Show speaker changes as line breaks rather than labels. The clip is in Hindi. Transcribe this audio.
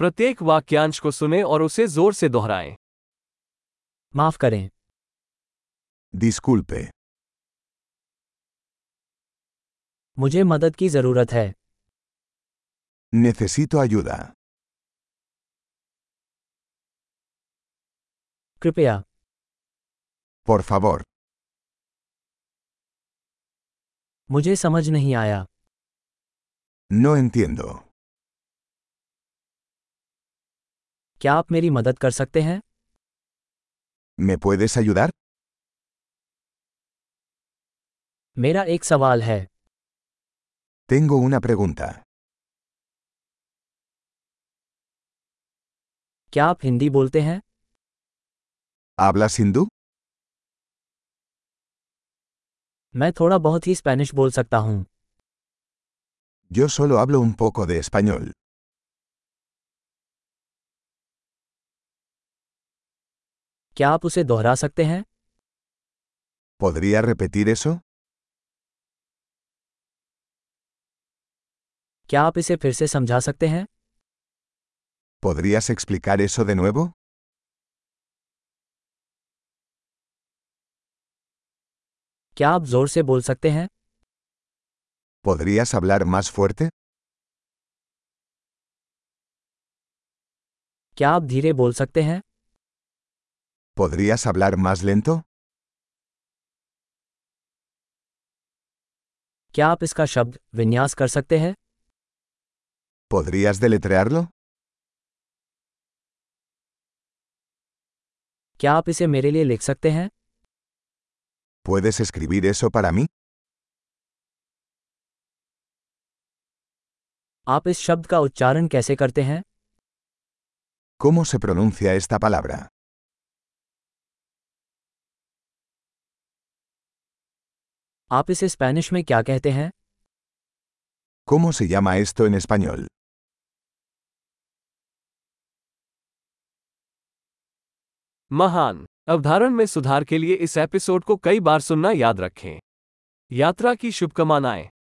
प्रत्येक वाक्यांश को सुने और उसे जोर से दोहराएं
माफ करें
Disculpe.
मुझे मदद की जरूरत है
Necesito ayuda.
कृपया
Por favor.
मुझे समझ नहीं आया
No entiendo.
क्या आप मेरी मदद कर सकते हैं
¿Me puedes ayudar?
मेरा एक सवाल है
Tengo una pregunta.
क्या आप हिंदी बोलते हैं
¿Hablas hindú?
मैं थोड़ा बहुत ही स्पेनिश बोल सकता हूँ
Yo solo hablo un poco de español.
क्या आप उसे दोहरा सकते हैं
¿Podría repetir eso?
क्या आप इसे फिर से समझा सकते हैं
¿Podrías explicar eso de nuevo?
क्या आप जोर से बोल सकते हैं
¿Podrías hablar más fuerte?
क्या आप धीरे बोल सकते हैं
¿Podrías hablar más lento?
क्या आप इसका शब्द विन्यास कर सकते हैं
¿Podrías deletrearlo?
क्या आप इसे मेरे लिए लिख सकते हैं
¿Puedes escribir eso para mí?
आप इस शब्द का उच्चारण कैसे करते हैं
¿Cómo se pronuncia esta palabra?
आप इसे स्पेनिश में क्या कहते हैं
¿Cómo se llama esto en español?
महान अवधारण में सुधार के लिए इस एपिसोड को कई बार सुनना याद रखें यात्रा की शुभकामनाएं